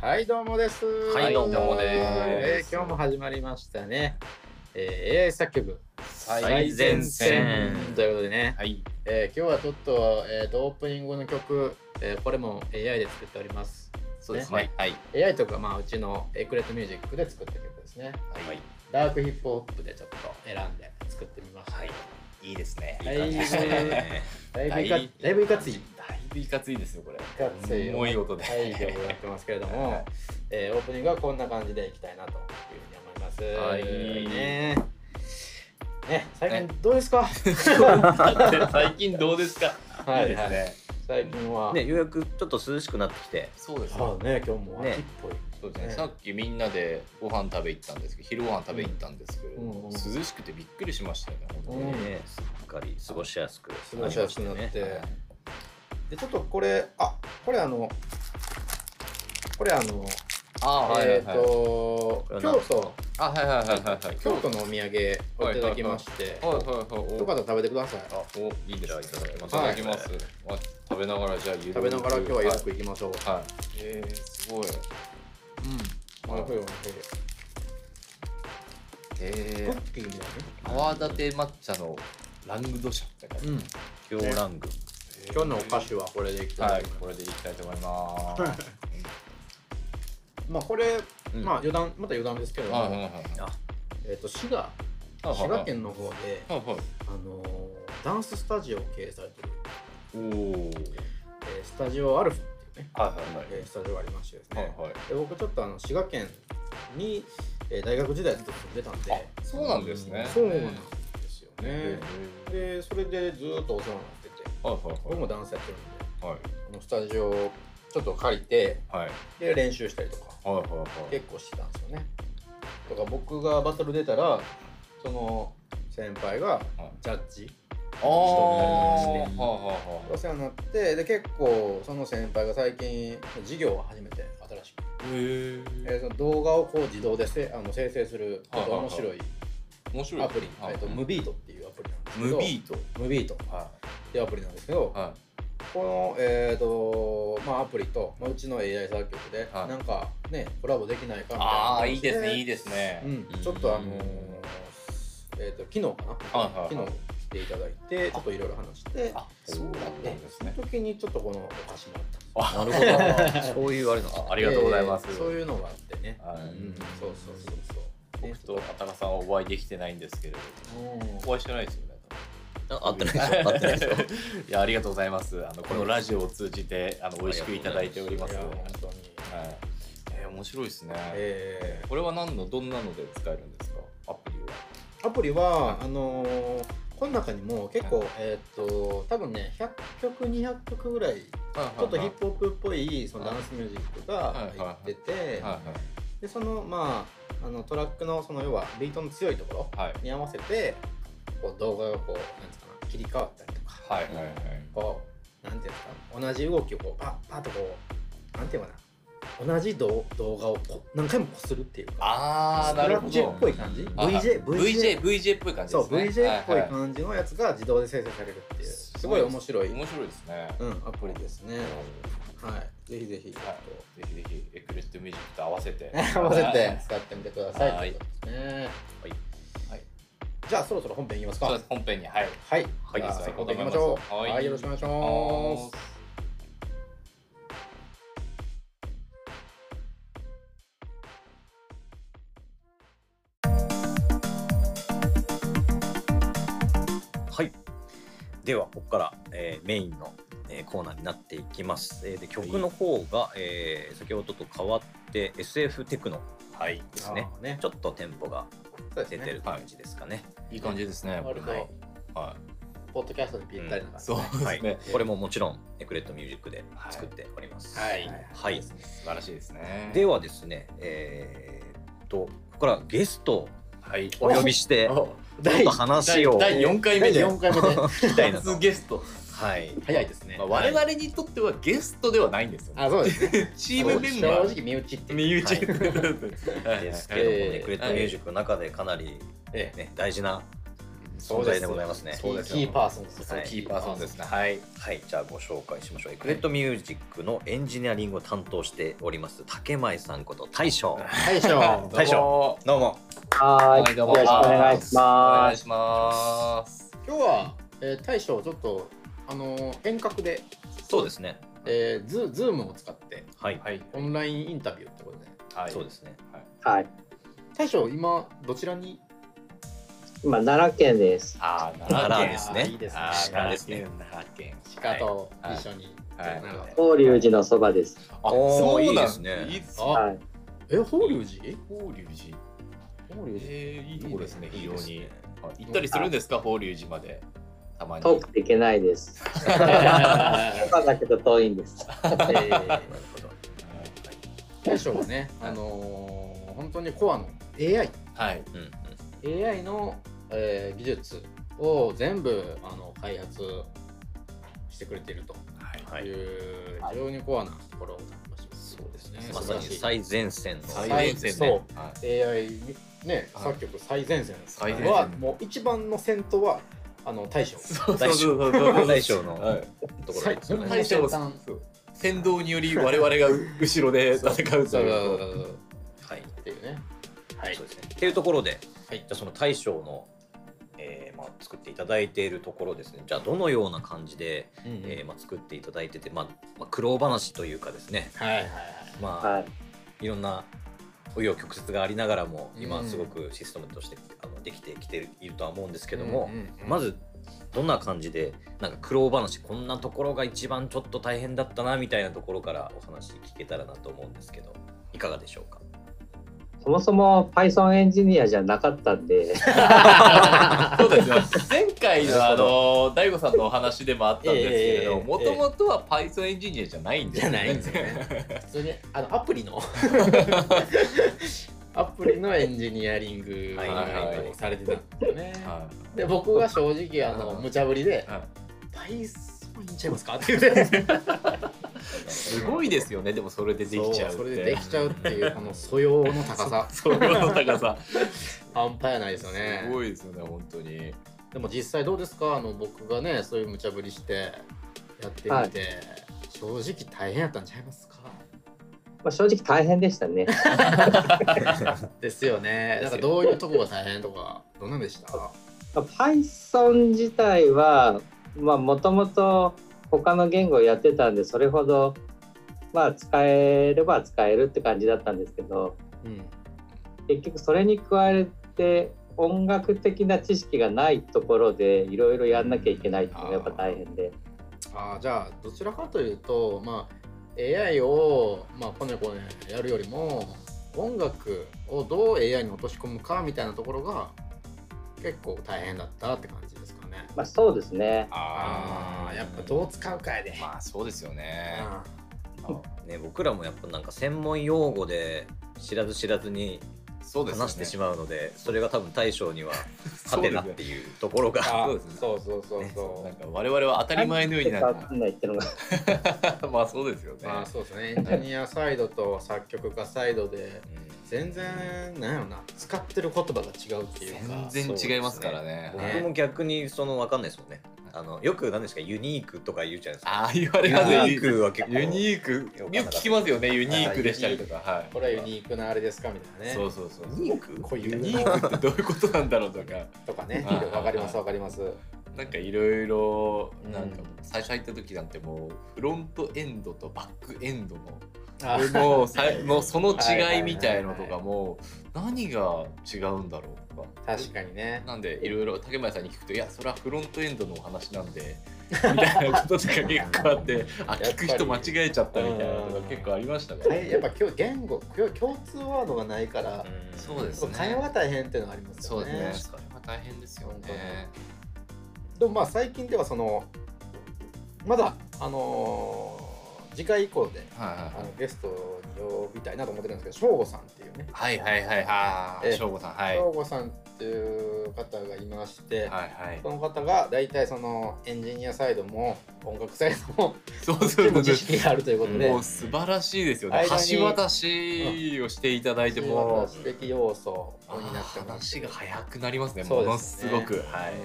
はい、どうもです。はいどうもでえすー今日も始まりましたね。えー、AI 作曲最前線ということでね、はい。えー今日はちょっと,、えーとオープニングの曲、えーこれも AI で作っております。そうですね。はい。 AI とか、まあ、うちのエクレットミュージックで作った曲ですね。はい。ダークヒップホップでちょっと選んで作ってみました。はいいいですね。はいいい感じですね。だいぶいかはいだいぶいかつい。だいぶいかついですよ、これ。かついよ重い音で。はい、でもやってますけれども、えーオープニングはこんな感じでいきたいなというふうに思います。はいねね、最近どうです か 最近どうですか。はいいですね。最近は。ね、ようやくちょっと涼しくなってきて、そうですねあ。ね、今日も秋っねぽい。そうですね。ねさっきみんなでご飯食べ行ったんですけど、昼ご飯食べ行ったんですけど、うんうん涼しくてびっくりしましたよね。本当にうんね、すっかり過ごしやすく過ごしやすくなって。で、ちょっとこれ、あ、これあの、これあの、あー、はいはえっ、いはい。と、これは京何都、あ、はいはいはいはいはい。京都のお土産をいただきまして、はいはいはい。よかったら食べてください。あ、お、いいですね。いただきます。はいいただきますまあ食べながら、じゃあ、ゆるく食べながら今日はよく行きましょう。はい。えー、すごい。うんおいしいおいしいえクー、ッキーみたいなね。泡立て抹茶のラングドシャって感じ。うん、京ラング。今日のお菓子はこれでいきたはいい、と思いこまれでいきたいと思います。す。まあこれ、うんまあ余談また余談ですけども、はいはいはい。えっ、と滋賀はい滋賀県の方で、はいはい。あのーダンススタジオを経営されてる、おえーお。スタジオアルフっていうね、はいはいはい。えースタジオがありましてですね。はいはい。で僕ちょっとあの滋賀県に、えー大学時代ずっと住んでたんで、あ、そうなんですね。そうなんはですよえね。でそれでずーっとお世話になってて、いはいはい。僕もダンスやってるんで、はいこのスタジオをちょっと借りてはいはいで練習したりとか。はい。結構してたんですよねだから僕がバトル出たらその先輩がジャッジああ。はいはいおは世話になってで結構その先輩が最近授業を始めて新しく、い。へえ。えーその動画をこう自動でせあの生成するちょっと面白い面白い。アプリ、はいえー、とムビートっていうアプリなんですけムどビート。ムビートっはていうアプリなんですけど、いはこの、えーとまあ、アプリと、まあ、うちの AI 作曲で、はいなんかねコラボできないかみたいなああ、話いいですねいいですね。うん、ちょっとあのーうんえっ、と昨日かな、はいはいはい昨日来ていただいてちょっといろいろ話してあ、そうだったんですねそ。の時にちょっとこのお菓子もらったあなるほど。そういうあれなありがとうございますえーそういうのがあってね、はいうん、そうそうそうそうね僕と渡辺さんはお会いできてないんですけれどうんお会いしてないですよねあ、合ってないでしょ。合ってないでし ょ。いやありがとうございますあのこのラジオを通じてあの美味しくいただいておりますいやはい本当にえー面白いですね、えこれは何のどんなので使えるんですかアプリはーアプリはあのーこの中にも結構、えっ、と多分ね100曲200曲ぐらいちょっとヒップホップっぽいそのダンスミュージックが入ってて、はいはいでそのまああのトラックのその要はビートの強いところはいに合わせてこう動画がこうなんつうかな切り替わったりとかはいはいはいこうなんていうんですか同じ動きをこうパッパッとこうなんていうかな同じ動動画をこ何回もこするっていうかあスーなクるラほッどチっぽい感じはいはい VJ, VJ VJ っぽい感じそでうすね VJ っぽいはは感じのやつが自動で生成されるっていうすごい面白い、うん、面白いですね、アプリですねはいぜひぜひちょっとぜひぜひエクレットミュージックと合わせて 合わせて使ってみてください。はいということですね。はいはいじゃあそろそろ本編いきますか。そうはです本編にはいい。はいじゃあそう本編いきましょう。はいはい。よろしくお願いします。はい。では、ここから、えーメインの、えーコーナーになっていきます。えーで曲の方が、えー先ほどと変わって、SF テクノはいですね。あーねちょっとテンポがそうです出ねてる感じですかね。いい感じですね割とはいはポッドキャストにぴったりな感いじ。そうですはね、い。これももちろん、エクレットミュージックで作っております。はいはい素晴らしいですねではですね、えーっと、ここからゲストをはいお呼びして、ちょっ第と話を。第4回目で第四回目 で聞きたいなと初ゲスト、はい。早い ですねまあ、。我々にとってはゲストではないんですよ、ね、あ、そうですね。チーム メン正バー直身内っていう。身内はいはいですけれどもね、えークレットミュージックの中でかなり、ええね、大事な存在でございますね。そうですよキーパーソンズそうはいキーパーソンですね。はい。はい、じゃあご紹介しましょう。エクレットミュージックのエンジニアリングを担当しております竹前さんこと大将。大 将大将。どうも。ははーい、い。どようろも。しくお願いしおま願いす。します。 今日は、えー、大将ちょっとあのー遠隔で、そうですね。えー、ズズームを使ってはい。はい。オンラインインタビューってことではい。そうですね。はい。大将今どちらに今、奈良県です。ああ、奈良奈良でですす。ねあーいいですねあー鹿ですね。奈良県。鹿と一緒に、はいなるほど法隆寺のそばです。あおそうなーんいいですねいいですあね。はい。え法隆寺法隆寺。法隆寺えー、いいとこですね、非常ですにね。あ行ったりするんですか、法隆寺まで。たまに。遠くて行けないです。 岡だけど遠いんです。えーなるほど。大将はね、あのー本当にコアの AI はい。うんうん。 AI の、えー技術を全部あの開発してくれているとはい。はいい。う、はい非常にコアなところを担保してます。そうですねね。素まさ晴らにしい最前線の。前最前線線そねう。はい AI ね、はい作曲最前線最前線はもう一番の先頭はあの大将。そう大将そうそうそう大将のはいところですよ最ね。大将先端そう先導により我々が後ろで戦うとそういう。はい。っていうね。はいそう。ですね。っていうところで、はいじゃあその大将の、えーまあ、作っていただいているところですねじゃあどのような感じで、うんうんえーまあ、作っていただいてて、まあまあ、苦労話というかですね、はいはいはい。まあはい。い、ろんな紆余曲折がありながらも今うんすごくシステムとしてあのできてきているとは思うんですけども、うんうんうんまずどんな感じでなんか苦労話こんなところが一番ちょっと大変だったなみたいなところからお話聞けたらなと思うんですけどいかがでしょうかそもそも Python エンジニアじゃなかったん で、 そうですよ前回のなあるほの大悟さんのお話でもあったんですけれえどえもともとは Python エンジニアじゃないんですじゃよないんでねすよね。普通にあのアプ リのアプリのエンジニアリングはいはいをされてたんですよね。 はで僕は正直あのうん無茶ぶりでいはい「パイソンいっちゃいますか?」っ て言ってすごいですよねでもそれでできちゃうっそそてれでできちゃうっていうこの素養の高さその高さ半端やないですよねすごいですよね本当にでも実際どうですかあの僕がねそういう無茶ぶりしてやってみて、はい正直大変やったんちゃいますかまあ、正直大変でしたね。ですよねなんかどういうとこが大変とかどんなんでしたまあ Python 自体はもともと他の言語をやってたんでそれほど、まあ、使えれば使えるって感じだったんですけどうん結局それに加えて音楽的な知識がないところでいろいろやんなきゃいけないっていうのがやっぱ大変であーじゃあどちらかというとまあ AI をまあこねこねやるよりも音楽をどう AI に落とし込むかみたいなところが結構大変だったって感じですかねまあそうですねああやっぱどう使うかやで、まあそうですよねあね、僕らもやっぱなんか専門用語で知らず知らずにそうですよね話してしまうのでそれが多分大将には そハうでテすよナっねていうところがあそうですねそうそうそうそうそなんか我々は当たり前のようになん何てか分かかんない っていうのがまあそうですよねうまあそうですねエンジニアサイドと作曲家サイドで全然なんやろな使ってる言葉が違うっていうか全然違いますからねそうですね僕も逆にその分かんないですもんねあのよく何ですかユニークとか言うじゃないですかああ言われユますよニークは結構ユニークよくわかんなよかくった聞きますよねユニークでしたりとかはいこれはユニークなあれですかみたいなねそうそうそうユニークこういユうニークってどういうことなんだろうとかとかねはいはいはいわかりますわかりますなんかいろいろなんかうん最初入った時なんてもうフロントエンドとバックエンドのあもうさいもうそのはいはいはい違はいいみたいのとかも何が違うんだろうとか確かにねなんでいろいろ竹前さんに聞くといやそれはフロントエンドのお話なんでみたいなこととか結構あってやあっぱり聞く人間違えちゃったみたいなのが結構ありましたからはいやっぱ今日言語今日共通ワードがないからうんそうですそう会話大変っていうのはありますよそうねですねそれは大変ですよねでもまあ最近ではそのまだあのー次回以降ではいはいあはいのゲストに呼びたいなと思ってるんですけど省吾さんっていうねはいはいはいはい。ええ省吾さん、はい。省は吾、さんっていう方がいまして、いはいそ。の方が大体そのエンジニアサイドも音楽サイドも そうどっそうちそもう知識があるということでもう素晴らしいですよね。間に橋渡しをしていただいても、素敵要素あになってーます話が早くなりますね。そもうのですすねごく。はいうん。っ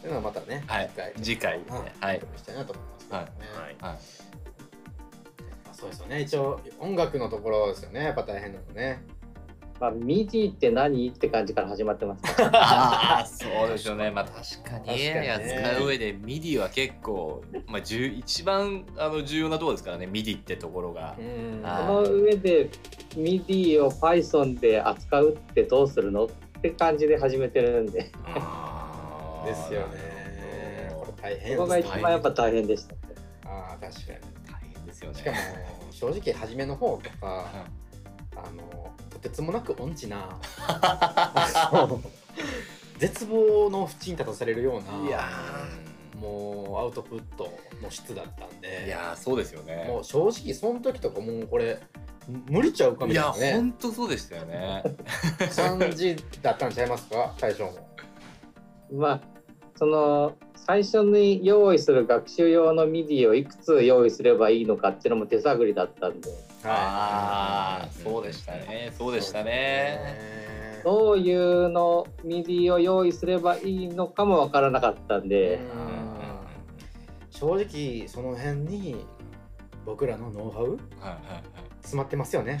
ていうのはまたね、はい次次回回ちょっとねうんはいお呼びしたいなと思いますけどね、はいはい。そうですよね一応音楽のところですよねやっぱ大変なのねまあ、ミディって何って感じから始まってますからああ、そうですよね。まあ確か確かににね AI や使う上で MIDI は結構、まあ重一番あの重要なところですからね。MIDI ってところがう。んあそーの上でミディを Python で扱うってどうするのって感じで始めてるんであーですよねこれ大変そこがで一す番ねやっぱ大変でしたねああ確かに大変ですよね。しかも正直初めの方とかはいあのとてつもなく音痴 なあの 絶望の淵に立たされるようないやもうアウトプットの質だったんーでいやーそうですよね。もう正直その時とかもうこれ無理ちゃうかみいたやいな本ね当そうでしたよね。感じだったんちゃいますか大将も。まあその最初に用意する学習用のミディをいくつ用意すればいいのかっていうのも手探りだったんでああそうでしたね。そうでしたね。そうどういうのミディを用意すればいいのかもわからなかったんですでね、うん正直その辺に僕らのノウハウはい詰まってますよね。はいは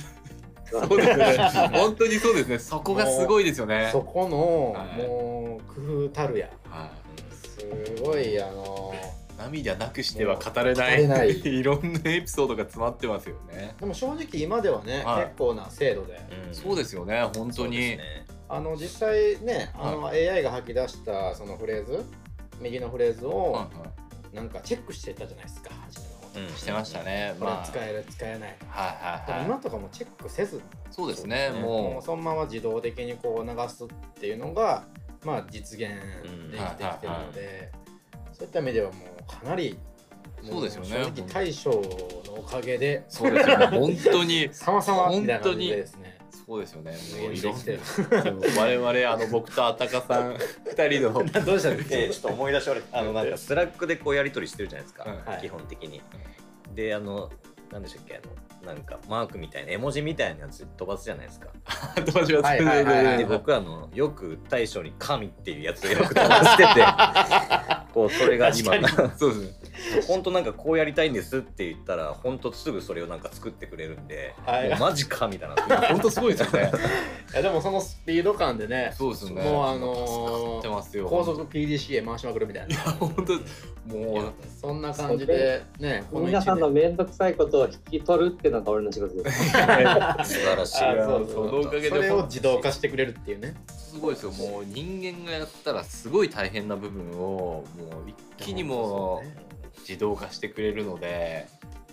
い。そうですね。本当にそうですね。そこがすごいですよね。そこの、はいもう工夫たるやはすごいあのい涙なくしては語れな語れいない いろんなエピソードが詰まってますよね。でも正直今ではね、はい結構な精度でそうですすよね。本当に。あの実際ねあの AI が吐き出したそのフレーズ右のフレーズをはいはなんかチェックしてたじゃないですか初めの方いしてましたね。これまあ使える使えないはいではもいは今とかもチェックせずい。そうですね。ももうそのまま自動的にこう流すっていうのがまあ実現できてきてるのでそういった意味ではもうかなりもそうですよね正直大将のおかげでうそうですよね。本当に。様々みたいな感じでですねそうですよね。も無限ういにでろきてるんな 我々あの僕とあたかさ ん二人の。どう したんですか、えーちょっと思い出しれあのなんかスラックでこうやり取りしてるじゃないですか、はい基本的に、であのなんでしたっけあのなんかマークみたいな絵文字みたいなやつ飛ばすじゃないですか、飛ばします。はいはいはいはいで僕あのよく大将に「神」っていうやつをよく飛ばしててこうそれが今そうですね。本当なんかこうやりたいんですって言ったら本当すぐそれをなんか作ってくれるんで、はいもうマジ神だなって本当すごいですよね。いやでもそのスピード感でねそうですよね。もうあのー助かってますよ。高速 PDC へ回しまくるみたいな本当もうそんな感じでねこの皆さんの1面倒くさいことを引き取るっていうのが俺の仕事です。素晴らしいあそうそうそのおかげ年でそれを自動化してくれるっていうねすごいですよ。もう人間がやったらすごい大変な部分をもう一気にもいや本当そうねう自動化してくれるので、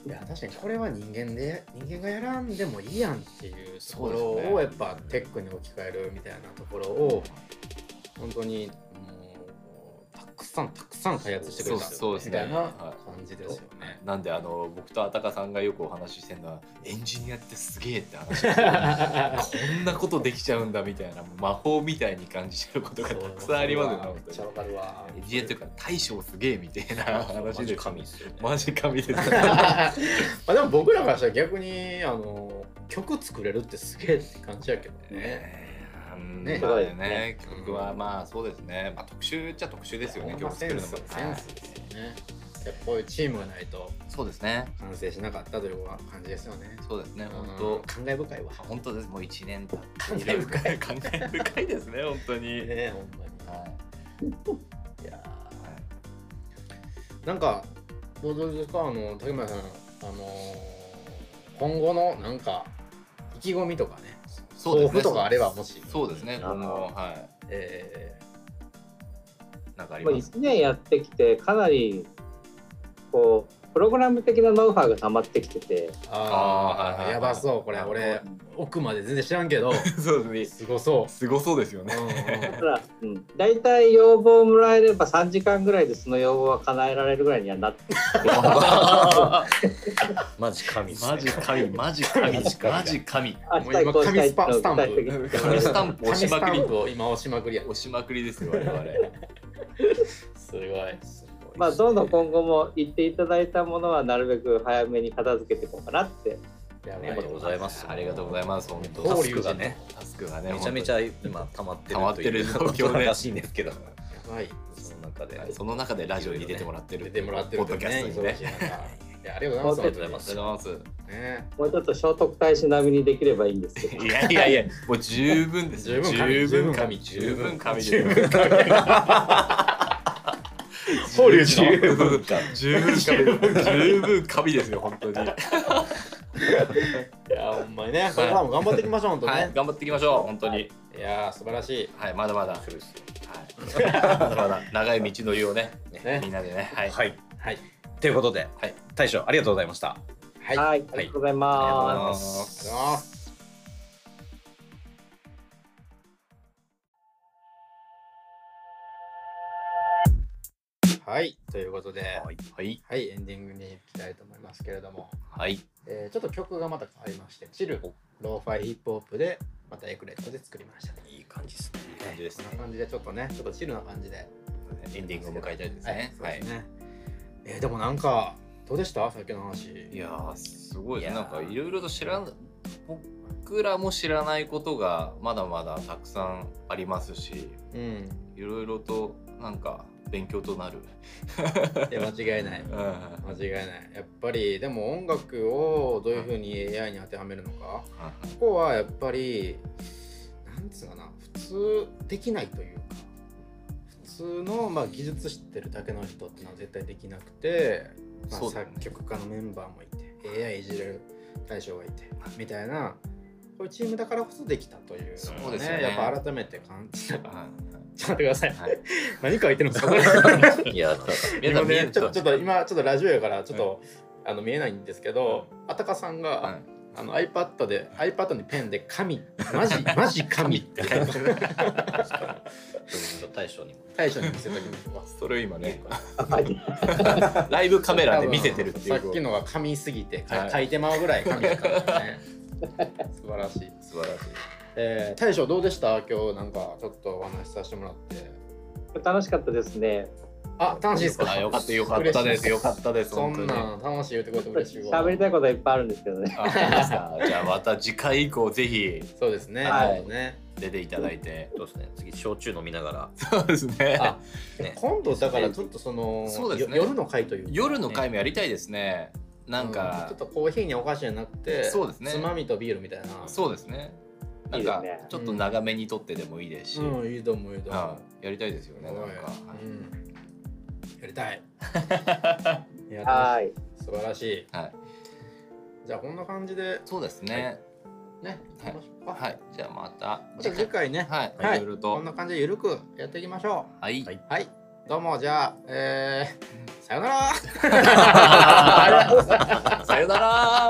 いや確かにこれは人間で人間がやらんでもいいやんっていうところそうですをねやっぱテックに置き換えるみたいなところを本当にもうたくさんたくさん開発してくれたそうそうですみねたいなは感じですよね。なんであの僕とあたかさんがよくお話ししてるのはエンジニアってすげえって話。こんなことできちゃうんだみたいなもう魔法みたいに感じてることがたくさんありますよねそうめ本っち当ゃわかるわに。エンジニアというか大将すげえみたいな話マジで神ですよねマジ神です まあでも僕らからしたら逆にあの曲作れるってすげえって感じやけどね。ねうんねまあそうだよね曲はまあそうですね、まあ、特殊っちゃ特殊ですよねほんま曲セ作るンのスもセンスですよね。やっぱこういうチームがないとそうですね完成しなかったという感じですよね。そうですね本うん当感慨深いわ。本当ですもう一年経って感慨深い感 慨深いですね本当に、ねほんまに。はいやーなんかどうどうですかあの竹村さんあのー今後のなんか意気込みとかねそうです抱ね負とかあればもしそうですねあの今後はえいなんかありまあます1年やってきてかなりこうプログラム的なノウハウが溜まってきててあーはいはいはいやばそうこれ俺奥まで全然知らんけど そうですねすごそすごそうですよ う、ね うんうんだから、うん、大体要望をもらえれば3時間ぐらいでその要望は叶えられるぐらいにはなってマジ神っすねマジ 神マジ神マジ神だマジ神 あもう今紙スパスタンプ 神スタンプ押紙しスまタくりンプを今押しまくりや押しまくりですよ我々すごいまあどんどん今後も言っていただいたものはなるべく早めに片付けていこうかなってやあばりいがとうございますありがとうございます本当タどうスクがねタスクがねめちゃめちゃ今溜まってる溜まってると状況でいうことらしいんですけどやばいその中で本当にその中でラジオに出てもらってる出てもらってるポッドキャストにねね忙しい中いやありがとうございますありがとうございますありがとうございますねもうちょっと聖徳太子並みにできればいいんです けどいやいやいや、もう十分です。十分神十分神、十十分分神。神十分神。法隆寺の 十分神。十分神ですよ、本当いに。やほんまにねこれからも頑張っていきましょう本当はいね、頑張っていきましょう、本当に。いやー素晴らしいはい、まだまだ。はいまだまだ長い道のりをね、ねみんなでね。はい。はいはいということではい大将ありがとうございましたはいありがとうはい、ありがとうございありがとうごますざございます。いますはい、ということで、はい。はい。はい、エンディングに行きたいと思いますけれども、はい。えーちょっと曲がまた変わりまして、チル、ローファイヒップホップで、またエクレットで作りました、ね。いい感じですねいい感じですねこんな感じで、ちょっとね、ちょっとチルな感じで。エンディングを迎えたいですね。は、はいいそうで。すね。えーでもなんか、どうでしたさっきの話。いやーすごいいねやなんかいろいろと知らん僕らも知らないことがまだまだたくさんありますしうん。いろいろとなんか勉強となる、いや、間違いない。 うん、間違いない。やっぱり、でも音楽をどういうふうに AI に当てはめるのか、ここはやっぱり、なんつうかな、普通できないというか、普通の、まあ、技術知ってるだけの人ってのは絶対できなくて、まあそうだね作曲家のメンバーもいて、AI いじれる大将がいて、みたいな、こういうチームだからこそできたという、そうですよねやっぱ改めて感じた。ちょっと待っはてくださいい。はい 何書いてるんですかこれいやただ皆今さん見えね る、ちょっとちょっと今ちょっとラジオやからちょっと、あの見えないんですけど、あたかさんが、はいあの iPad で iPad にペンで神マ ジマジ神って書いてる大将にも大将に見せた時にそれを今ねは いライブカメラで見せてるっていさうっきのが神すぎて、はい書いてまうぐらい神だったんですね 素晴らしい、素晴らしいえー、大将どうでした今日なんかちょっとお話しさせてもらって 楽しかったですねあ楽しいですかあよかったよかったですよかったですそ本当んになん楽しい言ってくれて嬉しいわ喋りたいことはいっぱいあるんですけどねあそうですかじゃあまた 次回以降ぜひそうですね、はいちょっとね出ていただいてそうですね次焼酎飲みながそうですねあらね今度だからちょっとそのそうですねよ夜の会というか夜の回もやりたいですねなんか、うちょっとコーヒーにお菓子じゃなくてそうですねつまみとビールみたいなそうですね。なんかいいですねちょっと長めに撮ってでもいいですし、んいいと思ういいと思あうやりたいですよね。なんか、ははいいうんやり たいいやはーい素晴らしいはいじゃあこんな感じでそうですね。ね行きましょうかはい、じゃあまたまた次回ねはい、、はいいろいろことん、な感じでゆるくやっていきましょはい、うはいどうもじゃあえーさよならさよなら。